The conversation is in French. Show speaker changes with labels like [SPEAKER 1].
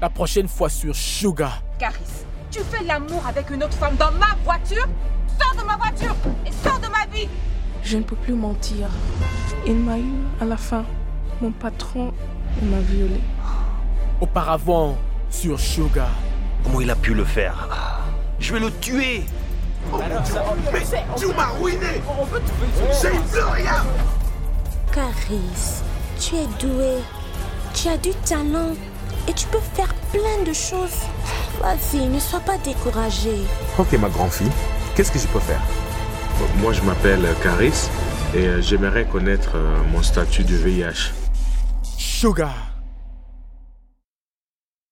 [SPEAKER 1] La prochaine fois sur Sugar.
[SPEAKER 2] Caris, tu fais l'amour avec une autre femme dans ma voiture Sors de ma voiture et sors de ma vie
[SPEAKER 3] Je ne peux plus mentir. Il m'a eu à la fin. Mon patron m'a violée.
[SPEAKER 1] Auparavant, sur Sugar.
[SPEAKER 4] Comment il a pu le faire Ah, Je vais le tuer
[SPEAKER 5] Mais tu m'as ruiné J'ai plus rien
[SPEAKER 6] Caris, tu es douée. Tu as du talent et tu peux faire plein de choses. Vas-y, ne sois pas découragée.
[SPEAKER 7] Ok, ma grand-fille, qu'est-ce que je peux faire
[SPEAKER 8] Moi, je m'appelle euh, Caris et j'aimerais connaître mon statut de VIH.
[SPEAKER 1] Sugar.